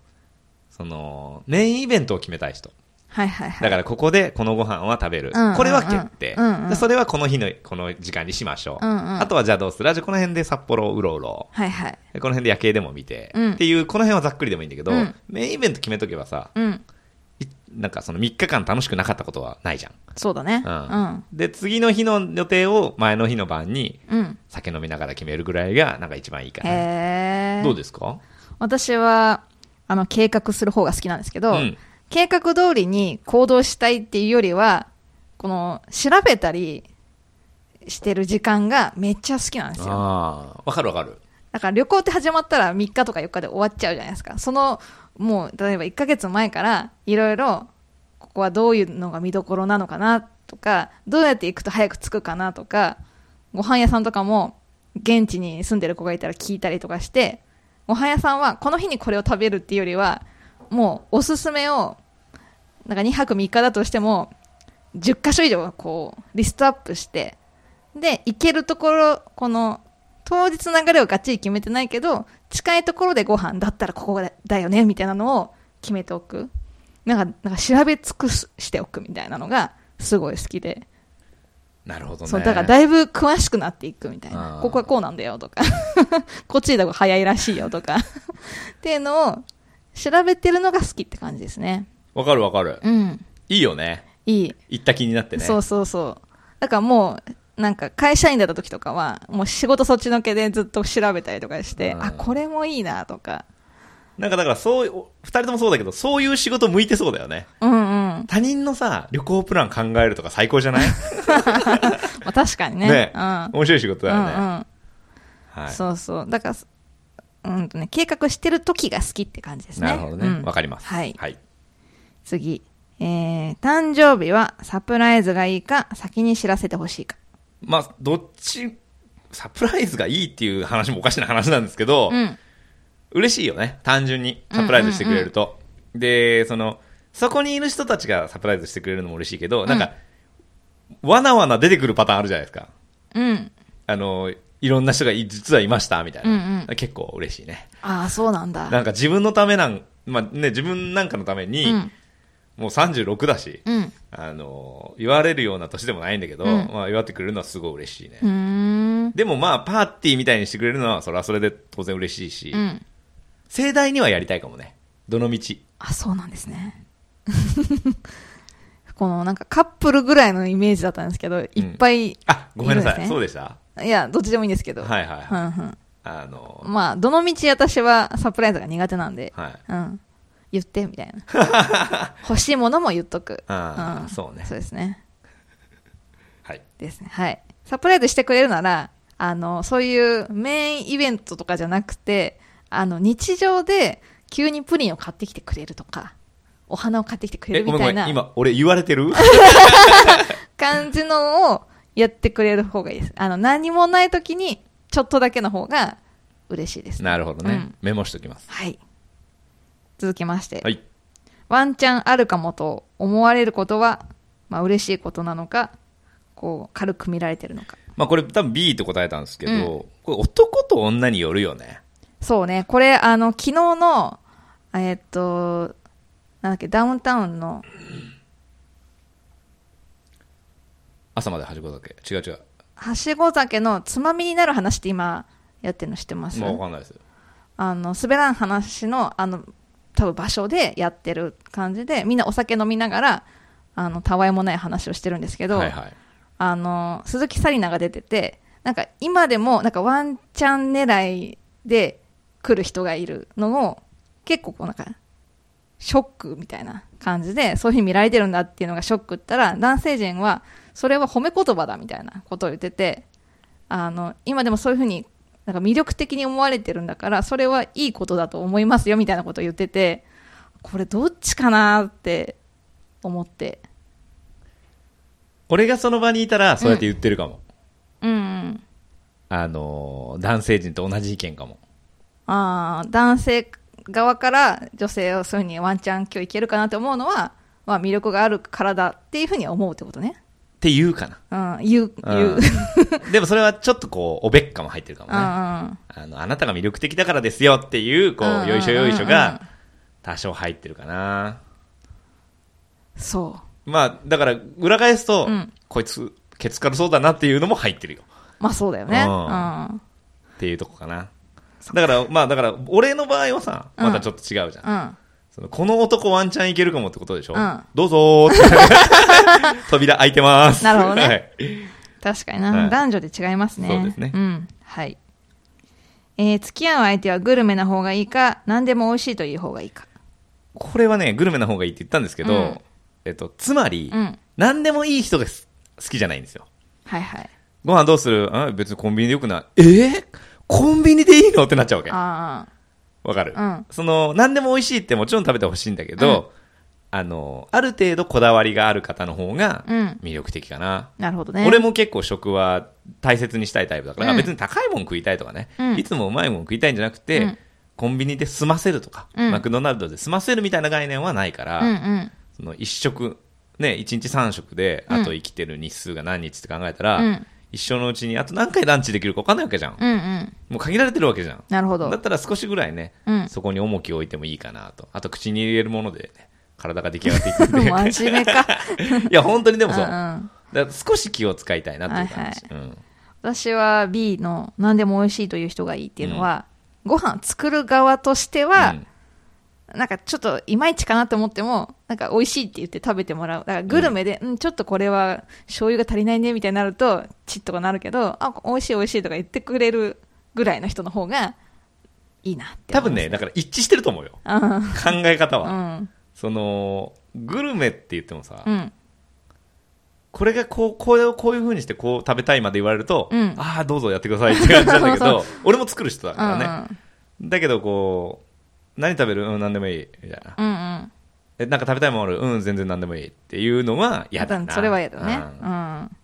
Speaker 1: その、メインイベントを決めたい人。
Speaker 2: はいはいはい。
Speaker 1: だからここでこのご飯は食べる
Speaker 2: うんうんうん。
Speaker 1: これは決定
Speaker 2: うんうん。
Speaker 1: でそれはこの日の、この時間にしましょう。
Speaker 2: うんうん
Speaker 1: あとはじゃあどうするあじゃあこの辺で札幌をうろうろ。
Speaker 2: はいはい。
Speaker 1: でこの辺で夜景でも見て、
Speaker 2: うん
Speaker 1: っていう、この辺はざっくりでもいいんだけど、
Speaker 2: うん
Speaker 1: メインイベント決めとけばさ、
Speaker 2: うん。
Speaker 1: いなんかその3日間楽しくなかったことはないじゃん。
Speaker 2: そうだね。う。
Speaker 1: うんで、次の日の予定を前の日の晩に
Speaker 2: うん。
Speaker 1: 酒飲みながら決めるぐらいがなんか一番いいかな。
Speaker 2: へえ。
Speaker 1: どうですか
Speaker 2: 私は、あの、計画する方が好きなんですけど、
Speaker 1: うん
Speaker 2: 計画通りに行動したいっていうよりは、この、調べたりしてる時間がめっちゃ好きなんですよ。
Speaker 1: ああ、わかるわかる。
Speaker 2: だから旅行って始まったら3日とか4日で終わっちゃうじゃないですか。その、もう、例えば1ヶ月前から、いろいろ、ここはどういうのが見どころなのかなとか、どうやって行くと早く着くかなとか、ご飯屋さんとかも、現地に住んでる子がいたら聞いたりとかして、ご飯屋さんはこの日にこれを食べるっていうよりは、もうおすすめを、なんか2泊3日だとしても、10箇所以上こう、リストアップして、で、行けるところ、この、当日の流れをがっちり決めてないけど、近いところでご飯だったらここだよね、みたいなのを決めておく。なんか、なんか調べ尽くすしておくみたいなのが、すごい好きで。
Speaker 1: なるほどね。
Speaker 2: そうだからだいぶ詳しくなっていくみたいな
Speaker 1: あー
Speaker 2: ここはこうなんだよとか [LAUGHS] こっちだと早いらしいよとか [LAUGHS] っていうのを調べてるのが好きって感じですね
Speaker 1: わかるわかる。
Speaker 2: うん
Speaker 1: いいよね。
Speaker 2: いい、
Speaker 1: 行った気になってね。
Speaker 2: そうそうそうだからもうなんか会社員だった時とかはもう仕事そっちのけでずっと調べたりとかして
Speaker 1: うん
Speaker 2: あこれもいいなとか
Speaker 1: なんかだからそういう、お二人ともそうだけど、そういう仕事向いてそうだよね。
Speaker 2: うんうん、ま
Speaker 1: 他人のさ、旅行プラン考えるとか最高じゃない
Speaker 2: あ、確かにね
Speaker 1: ね
Speaker 2: うん、うん
Speaker 1: 面白い仕事だよね。
Speaker 2: うん
Speaker 1: はい。
Speaker 2: そうそうだからうんとね、計画してる時が好きって感じですね。
Speaker 1: なるほどね。
Speaker 2: う
Speaker 1: わ、
Speaker 2: ん
Speaker 1: かります。
Speaker 2: はい。
Speaker 1: はい。
Speaker 2: 次。えー、誕生日はサプライズがいいか、先に知らせてほしいか。
Speaker 1: まあ、どっち、サプライズがいいっていう話もおかしな話なんですけど、
Speaker 2: うん。
Speaker 1: 嬉しいよね。単純に。サプライズしてくれると。で、その、そこにいる人たちがサプライズしてくれるのも嬉しいけど、なんか、わなわな出てくるパターンあるじゃないですか。
Speaker 2: うん。
Speaker 1: あの、いろんな人がい実はいました、みたいな。
Speaker 2: うん
Speaker 1: 結構嬉しいね。
Speaker 2: ああ、そうなんだ。
Speaker 1: なんか自分のためなん、まあね、自分なんかのために、
Speaker 2: うん
Speaker 1: もう36だし、
Speaker 2: うん。う
Speaker 1: あの、言われるような年でもないんだけど、
Speaker 2: うん
Speaker 1: まあ祝ってくれるのはすごい嬉しいね。
Speaker 2: ーん。
Speaker 1: でもまあ、パーティーみたいにしてくれるのは、それはそれで当然嬉しいし、
Speaker 2: うん。
Speaker 1: 盛大にはやりたいかもね。どの道。
Speaker 2: あ、そうなんですね。 [LAUGHS] このなんかカップルぐらいのイメージだったんですけど、いっぱい、
Speaker 1: あ、ごめんなさい。
Speaker 2: いいのですね
Speaker 1: そうでした
Speaker 2: いや、どっちでもいいんですけど。
Speaker 1: はいはい
Speaker 2: うん
Speaker 1: はい。
Speaker 2: うん。
Speaker 1: あの、
Speaker 2: まあ、どの道私はサプライズが苦手なんで、
Speaker 1: はい。
Speaker 2: うん。言って、みたい
Speaker 1: [LAUGHS]
Speaker 2: な。欲しいものも言っとく。
Speaker 1: あー
Speaker 2: ん
Speaker 1: そうね
Speaker 2: そうですね。
Speaker 1: はい。
Speaker 2: ですね。はい。サプライズしてくれるなら、あの、そういうメインイベントとかじゃなくて、あの、日常で急にプリンを買ってきてくれるとか、お花を買ってきてくれ
Speaker 1: え、
Speaker 2: る
Speaker 1: ご
Speaker 2: み
Speaker 1: めんご
Speaker 2: たい
Speaker 1: めん。
Speaker 2: な
Speaker 1: 今、俺言われて
Speaker 2: [LAUGHS]
Speaker 1: る
Speaker 2: 感じのをやってくれる方がいいです。あの、何もない時に、ちょっとだけの方が嬉しいです。
Speaker 1: なるほどね。
Speaker 2: うん
Speaker 1: メモしときます。
Speaker 2: はい。続きまして、
Speaker 1: はい。
Speaker 2: ワンチャンあるかもと思われることは、まあ、嬉しいことなのか、こう、軽く見られてるのか。
Speaker 1: まあこれ多分 B と答えたんですけど、これ男と女によるよね。
Speaker 2: そうね、これ、あの、昨日の、えーっと、なんだっけ、ダウンタウンの、
Speaker 1: 朝まではしご酒。違う違う。
Speaker 2: はしご酒のつまみになる話って今、やってるの知ってます
Speaker 1: もうわかんないです。
Speaker 2: あの、滑らん話の、あの、多分場所でやってる感じで、みんなお酒飲みながら、あの、たわいもない話をしてるんですけど、
Speaker 1: はいはい。
Speaker 2: あの、鈴木紗理奈が出てて、なんか今でも、なんかワンチャン狙いで来る人がいるのを、結構こうなんか、ショックみたいな感じで、そういうふうに見られてるんだっていうのがショックったら、男性陣は、それは褒め言葉だみたいなことを言ってて、あの、今でもそういうふうに、なんか魅力的に思われてるんだから、それはいいことだと思いますよみたいなことを言ってて、これどっちかなって思って、
Speaker 1: 俺がその場にいたら、そうやって言ってるかも。
Speaker 2: うんうん。
Speaker 1: あのー男性陣と同じ意見かも。
Speaker 2: ああ、男性側から女性をそういうふうにワンチャン今日いけるかなって思うのは、まあ魅力があるからだっていうふうに思うってことね。
Speaker 1: って言うかな。
Speaker 2: うん、言う、言う。
Speaker 1: うんでもそれはちょっとこう、おべっかも入ってるかも
Speaker 2: う
Speaker 1: ね。
Speaker 2: んうん。
Speaker 1: あの、あなたが魅力的だからですよっていう、こ
Speaker 2: うんうんうんう
Speaker 1: う、
Speaker 2: ん
Speaker 1: よいしょよいしょが、多少入ってるかな。
Speaker 2: そ
Speaker 1: まあ、だから、裏返すと、
Speaker 2: うん
Speaker 1: こいつ、ケツ軽そうだなっていうのも入ってるよ。
Speaker 2: う。まあそうだよね。
Speaker 1: う
Speaker 2: うんん。うん
Speaker 1: っていうとこかな。だから、まあ、だから、俺の場合はさ、
Speaker 2: うん
Speaker 1: またちょっと違うじゃん。
Speaker 2: うん。
Speaker 1: そのこの男ワンチャンいけるかもってことでしょ、
Speaker 2: うん
Speaker 1: どうぞーって [LAUGHS] 扉開いてます。
Speaker 2: なるほどね
Speaker 1: はい
Speaker 2: 確かに
Speaker 1: は
Speaker 2: な。
Speaker 1: い
Speaker 2: 男女で違いますね。
Speaker 1: そうですね
Speaker 2: うん。はい。えー、付き合う相手はグルメな方がいいか、何でも美味しいという方がいいか。
Speaker 1: これはね、グルメの方がいいって言ったんですけど、
Speaker 2: うん
Speaker 1: えっと、つまり、
Speaker 2: うん。
Speaker 1: 何でもいい人がす好きじゃないんですよ。
Speaker 2: はいはい。
Speaker 1: ご飯どうするあ別にコンビニでよくない。えーコンビニでいいのってなっちゃうわけ。
Speaker 2: あ
Speaker 1: わかる、
Speaker 2: うん
Speaker 1: その、何でも美味しいってもちろん食べてほしいんだけど、あの、ある程度こだわりがある方の方が
Speaker 2: うん
Speaker 1: 魅力的かな。
Speaker 2: あ、なるほどね。
Speaker 1: 俺も結構食は大切にしたいタイプだから、
Speaker 2: うん
Speaker 1: 別に高いもん食いたいとかね、
Speaker 2: うん
Speaker 1: いつもうまいもん食いたいんじゃなくて、
Speaker 2: うん
Speaker 1: コンビニで済ませるとか、
Speaker 2: うん
Speaker 1: マクドナルドで済ませるみたいな概念はないから、
Speaker 2: うんうん。
Speaker 1: その一食、ね、一日三食で、
Speaker 2: うん
Speaker 1: あと生きてる日数が何日って考えたら、
Speaker 2: うん
Speaker 1: 一生のうちにあと何回ランチできるか分かんないわけじゃん。
Speaker 2: うんうん。
Speaker 1: もう限られてるわけじゃん。
Speaker 2: なるほ
Speaker 1: だっ
Speaker 2: ど。
Speaker 1: [LAUGHS] たら少しぐらいね、
Speaker 2: うん
Speaker 1: そこに重きを置いてもいいかなと。あと口に入れるものでね、体が出来上がっていくん
Speaker 2: [LAUGHS]
Speaker 1: で。
Speaker 2: 真面目か。
Speaker 1: いや、本当にでもそう。
Speaker 2: うんうん
Speaker 1: だから少し気を使いたいなっていう感じ。うん。
Speaker 2: 私は B の何でも美味しいという人がいいっていうのは、ご飯作る側としては、
Speaker 1: うん
Speaker 2: なんかちょっといまいちかなと思っても、なんか美味しいって言って食べてもらう。だからグルメで、うん、ちょっとこれは醤油が足りないねみたいになると、チッとかなるけど、あ、美味しい美味しいとか言ってくれるぐらいの人の方がいいなって
Speaker 1: 多
Speaker 2: 思
Speaker 1: 分
Speaker 2: い
Speaker 1: ね、だから一致してると思うよ。
Speaker 2: ます。
Speaker 1: 考え方
Speaker 2: う
Speaker 1: は。
Speaker 2: ん。うん。
Speaker 1: その、グルメって言ってもさ、
Speaker 2: うん。
Speaker 1: これがこう、これをこういう風にしてこう食べたいまで言われると、
Speaker 2: うん
Speaker 1: ああ、どうぞやってくださいって感じなんだけ
Speaker 2: [LAUGHS]
Speaker 1: ど、俺も作る人だ
Speaker 2: うん
Speaker 1: か。らね。だけどこう、何食べるうん、何でもいい。みたいな。
Speaker 2: うんうん。
Speaker 1: え、なんか食べたいものあるうん、全然何でもいい。っていうのは嫌だ
Speaker 2: うん
Speaker 1: な。
Speaker 2: それは嫌だね。
Speaker 1: うん
Speaker 2: うん。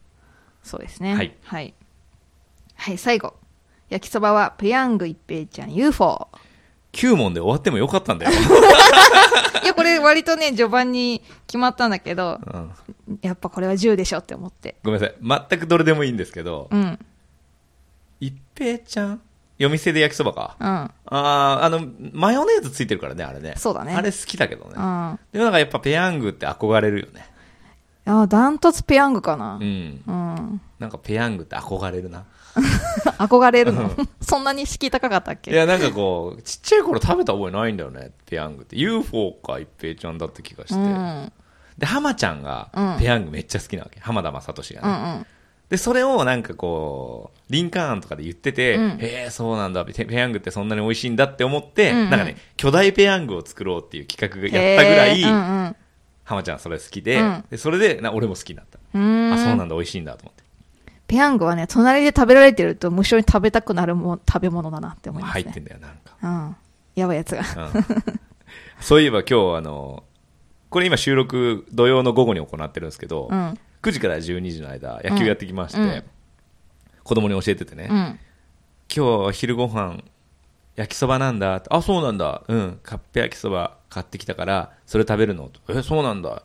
Speaker 2: そうですね。
Speaker 1: はい
Speaker 2: はい。はい、最後。焼きそばはプヤング一平ちゃん UFO。
Speaker 1: 9問で終わってもよかったんだよ。
Speaker 2: いや、これ割とね、序盤に決まったんだけど、
Speaker 1: うん
Speaker 2: やっぱこれは10でしょって思って。
Speaker 1: ごめんなさい。全くどれでもいいんですけど、
Speaker 2: うん。
Speaker 1: 一平ちゃん夜店で焼きそばか。
Speaker 2: うん。
Speaker 1: ああ、あの、マヨネーズついてるからね、あれね。
Speaker 2: そうだね
Speaker 1: あれ好きだけどね。
Speaker 2: うん。
Speaker 1: でもなんかやっぱペヤングって憧れるよね。
Speaker 2: あ、ダントツペヤングかな
Speaker 1: う。ん。
Speaker 2: うん。 [LAUGHS]
Speaker 1: なんかペヤングって憧れるな。
Speaker 2: 憧れるのそんなに敷居高かったっ
Speaker 1: い
Speaker 2: け
Speaker 1: や、なんかこう、ちっちゃい頃食べた覚えないんだよね、ペヤングって。UFO か一平ちゃんだった気がして。
Speaker 2: うん。うん
Speaker 1: で、浜ちゃんが
Speaker 2: うん
Speaker 1: ペヤングめっちゃ好きなわけ。浜田雅俊が
Speaker 2: う
Speaker 1: ね。
Speaker 2: ん。
Speaker 1: で、それをなんかこう、リンカーンとかで言ってて、
Speaker 2: うん
Speaker 1: へえ、そうなんだ、ペペヤングってそんなに美味しいんだって思って、
Speaker 2: うんうん
Speaker 1: なんかね、巨大ペヤングを作ろうっていう企画がやったぐらい、
Speaker 2: へー
Speaker 1: 浜ちゃんそれ好きで、
Speaker 2: うん
Speaker 1: でそれでな俺も好きになった。
Speaker 2: うんうん。う
Speaker 1: あ、
Speaker 2: ー
Speaker 1: そうんなんだ、美味しいんだと思って。
Speaker 2: ペヤングはね、隣で食べられてると無性に食べたくなるもん食べ物だなって思います
Speaker 1: 入
Speaker 2: ね。
Speaker 1: ってんだよ、なんか。
Speaker 2: うん。やばいやつが。
Speaker 1: うんそういえば今日あの、これ今収録土曜の午後に行ってるんですけど、
Speaker 2: うん。
Speaker 1: 9時から12時の間野球やってきまして、
Speaker 2: うんうん
Speaker 1: 子供に教えててね、
Speaker 2: うん。
Speaker 1: 今日昼ご飯焼きそばなんだあそうなんだうんカッペ焼きそば買ってきたからそれ食べるのえそうなんだ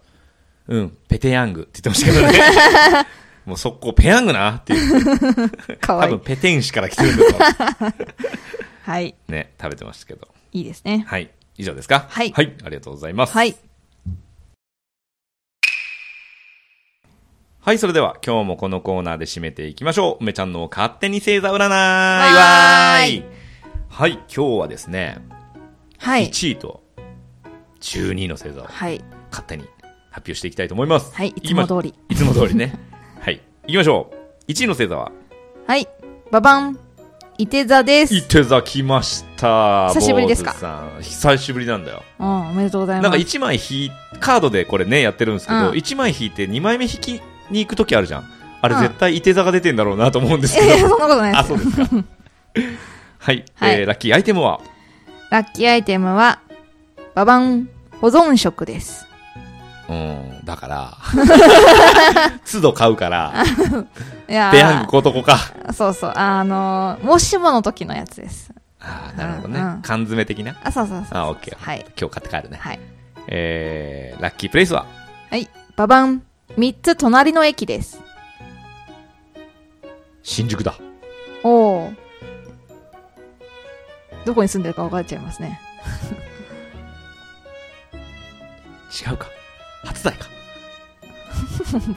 Speaker 1: うんペテヤングって言ってましたけどね
Speaker 2: [LAUGHS]
Speaker 1: もう速攻ペヤングなっていう
Speaker 2: か
Speaker 1: 多
Speaker 2: わい
Speaker 1: 分
Speaker 2: い。
Speaker 1: ペテン師から来てるんだと思
Speaker 2: はい。
Speaker 1: うね食べてましたけど
Speaker 2: いいですね。
Speaker 1: はい以上ですか
Speaker 2: はい
Speaker 1: はい、ありがとうございます
Speaker 2: はい。
Speaker 1: はい、それでは今日もこのコーナーで締めていきましょう。梅ちゃんの勝手に星座占い
Speaker 2: わーい
Speaker 1: はい、今日はですね、
Speaker 2: はい。
Speaker 1: 1位と12位の星座を
Speaker 2: はい。
Speaker 1: 勝手に発表していきたいと思います。
Speaker 2: はい。いつも通り。
Speaker 1: いつも通り [LAUGHS] ね。はい、行きましょう。1位の星座は、
Speaker 2: はい。ババン。いて座です。
Speaker 1: いて座来ました。
Speaker 2: 久しぶりですか
Speaker 1: 坊主さん久しぶりなんだよ。
Speaker 2: うん、おめでとうござい
Speaker 1: な
Speaker 2: ま
Speaker 1: んか
Speaker 2: す。
Speaker 1: 1枚引い、カードでこれね、やってるんですけど、
Speaker 2: うん
Speaker 1: 1枚引いて2枚目引きに行くときあるじゃん。あれ絶対いて座が出てんだろうなと思うんですけ
Speaker 2: い
Speaker 1: ど
Speaker 2: [LAUGHS] やい。やそんなことない
Speaker 1: あ、
Speaker 2: です
Speaker 1: そうですか。 [LAUGHS] はい、
Speaker 2: はい
Speaker 1: えーラッキーアイテムは
Speaker 2: ラッキーアイテムは、ババン、保存食です。
Speaker 1: うん、だから、都度買う
Speaker 2: [LAUGHS]
Speaker 1: から、
Speaker 2: いやー
Speaker 1: ペヤングこうとこか。
Speaker 2: そうそう、あのー、もしもの時のやつです。
Speaker 1: あーなるほどね。
Speaker 2: うんうん
Speaker 1: 缶詰的な。
Speaker 2: あ、そうそうそうそう
Speaker 1: あ、オッケー。
Speaker 2: はい。。
Speaker 1: 今日買って帰るね。
Speaker 2: はい。
Speaker 1: えー、ラッキープレイスは
Speaker 2: はい。ババン、三つ隣の駅です。
Speaker 1: 新宿だ。
Speaker 2: おお。どこに住んでるか分かっちゃいますね。
Speaker 1: 違うか。初台か。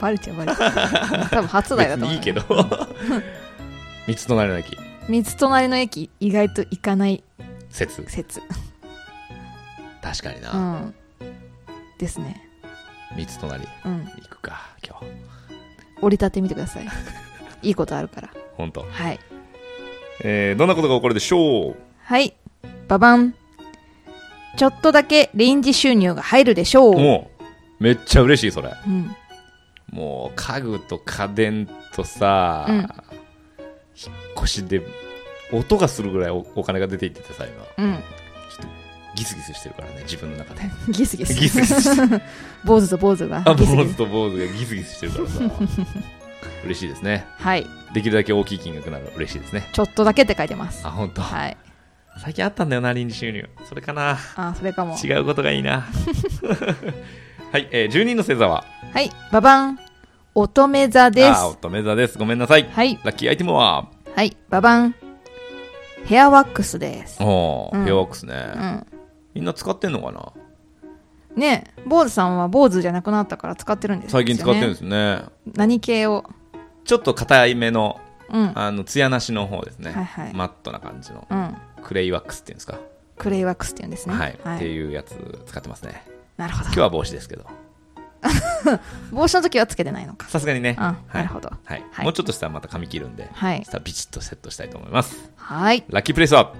Speaker 2: [LAUGHS] バレちゃう、バレちゃう。多 [LAUGHS] 分初代だと思
Speaker 1: 別にい
Speaker 2: う、
Speaker 1: いけど。 [LAUGHS] 三つ隣の駅、
Speaker 2: 三つ隣の駅、意外と行かない
Speaker 1: 説。
Speaker 2: 説。
Speaker 1: 確かに
Speaker 2: う
Speaker 1: な。
Speaker 2: ん。ですね。
Speaker 1: 三つ隣、
Speaker 2: うん。
Speaker 1: 行くか、今日。
Speaker 2: 折り立ってみてく
Speaker 1: [LAUGHS]
Speaker 2: ださい。いいことあるから。
Speaker 1: ほんと。
Speaker 2: はい。
Speaker 1: えー、どんなことが起こるでしょう
Speaker 2: はい。ババン。ちょっとだけ臨時収入が入るでしょう。
Speaker 1: もう、めっちゃ嬉しい、それ。
Speaker 2: うん。
Speaker 1: もう家具と家電とさ、
Speaker 2: うん
Speaker 1: 引っ越しで音がするぐらいおお金が出ていっててさ今
Speaker 2: うん。 [LAUGHS]
Speaker 1: ギスギスしてるからね自分の中で
Speaker 2: ギスギ
Speaker 1: [LAUGHS]
Speaker 2: ス。
Speaker 1: ギスギスしてる
Speaker 2: [LAUGHS] 坊主と坊主が
Speaker 1: あ。坊
Speaker 2: ギスギ
Speaker 1: 主
Speaker 2: ス。
Speaker 1: と坊主がギスギスしてるからさ嬉しいですね
Speaker 2: はい。
Speaker 1: できるだけ大きい金額なら嬉しいですね
Speaker 2: ちょっとだけって書いてます
Speaker 1: あ。本当、
Speaker 2: はい。
Speaker 1: 最近あったんだよな臨時収入それかな
Speaker 2: あ、それかも。
Speaker 1: 違うことがいいな [LAUGHS] はい、えー、10人の星座は
Speaker 2: はい。ババン。乙女座で
Speaker 1: あー
Speaker 2: す。
Speaker 1: 乙女座ですごめんなさい
Speaker 2: はい。
Speaker 1: ラッキーアイテムは
Speaker 2: はい。ババン。ヘアワックスです。
Speaker 1: おお、
Speaker 2: うん
Speaker 1: ヘアワックスね、
Speaker 2: うん。
Speaker 1: みんな使ってんのかな
Speaker 2: ね坊主さんは坊主じゃなくなったから使ってるんですよ
Speaker 1: 最
Speaker 2: ね
Speaker 1: 近使ってるんですね
Speaker 2: 何系を
Speaker 1: ちょっと硬いめの
Speaker 2: うん
Speaker 1: あの艶なしの方ですね、
Speaker 2: はいはい
Speaker 1: マットな感じの
Speaker 2: うん
Speaker 1: クレイワックスっていうんですか、
Speaker 2: クレイワックスっていうんですね
Speaker 1: はい、っていうやつ使ってますね
Speaker 2: なるほど
Speaker 1: 今日は帽子ですけど
Speaker 2: 帽子の時はつけてないのか
Speaker 1: さすがにね、
Speaker 2: うんなるほど
Speaker 1: はい
Speaker 2: はい
Speaker 1: もうちょっとしたらまた髪切るんで、
Speaker 2: はい
Speaker 1: したらビチッとセットしたいと思います
Speaker 2: はい
Speaker 1: ラッキープレイスは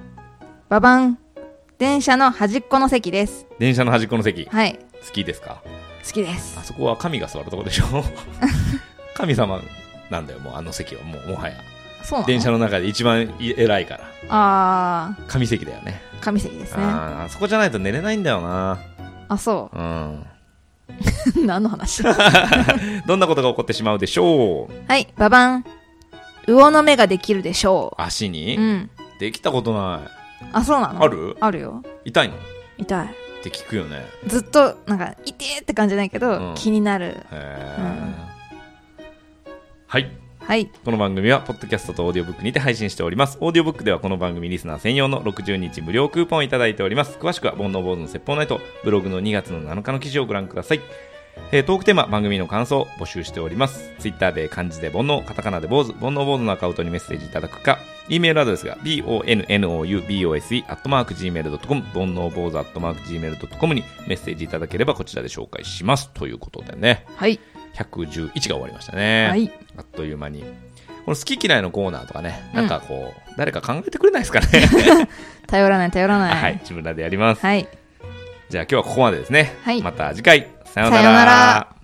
Speaker 2: ババン電車の端っこの席です
Speaker 1: 電車の端っこの席、
Speaker 2: はい
Speaker 1: 好きですか
Speaker 2: 好きです
Speaker 1: あそこは神が座るとこ
Speaker 2: [LAUGHS]
Speaker 1: でしょ神様なんだよもうあの席はもうもはや
Speaker 2: そうなの
Speaker 1: 電車の中で一番い偉いから
Speaker 2: あ
Speaker 1: 神席だよね
Speaker 2: ー神席ですねあ
Speaker 1: あーあそこじゃないと寝れないんだよな
Speaker 2: そう
Speaker 1: ん
Speaker 2: う [LAUGHS] 何の話
Speaker 1: どんなことが起こってしまうでしょう
Speaker 2: はいババン魚の目ができるでしょ
Speaker 1: 足に、
Speaker 2: ううん
Speaker 1: できたことない
Speaker 2: あそうなの
Speaker 1: ある
Speaker 2: あるよ
Speaker 1: 痛いのっ
Speaker 2: 痛い
Speaker 1: て聞くよね
Speaker 2: ずっとなんか痛えって感じじゃないけど、
Speaker 1: うん
Speaker 2: 気になる
Speaker 1: へえ、はい
Speaker 2: はい
Speaker 1: この番組は、ポッドキャストとオーディオブックにて配信しております。オーディオブックでは、この番組リスナー専用の60日無料クーポンをいただいております。詳しくは、煩悩坊主の説法ナイト、ブログの2月の7日の記事をご覧ください。えートークテーマ、番組の感想を募集しております。ツイッターで漢字で煩悩、カタカナで坊主、煩悩坊主のアカウントにメッセージいただくか、e メールアドレスが、bonoubose、アットマーク gmail.com、煩悩坊主、アットマーク gmail.com にメッセージいただければ、こちらで紹介します。ということでね、
Speaker 2: はい
Speaker 1: 111が終わりましたね。
Speaker 2: はい
Speaker 1: あっという間に。この好き嫌いのコーナーとかね、
Speaker 2: うん
Speaker 1: なんかこう、誰か考えてくれないですかね。
Speaker 2: 頼らない頼ら
Speaker 1: [LAUGHS]
Speaker 2: ない
Speaker 1: はい、自分らでやります。
Speaker 2: はい
Speaker 1: じゃあ今日はここまでですね。
Speaker 2: はい
Speaker 1: また次回、さよう
Speaker 2: さようなら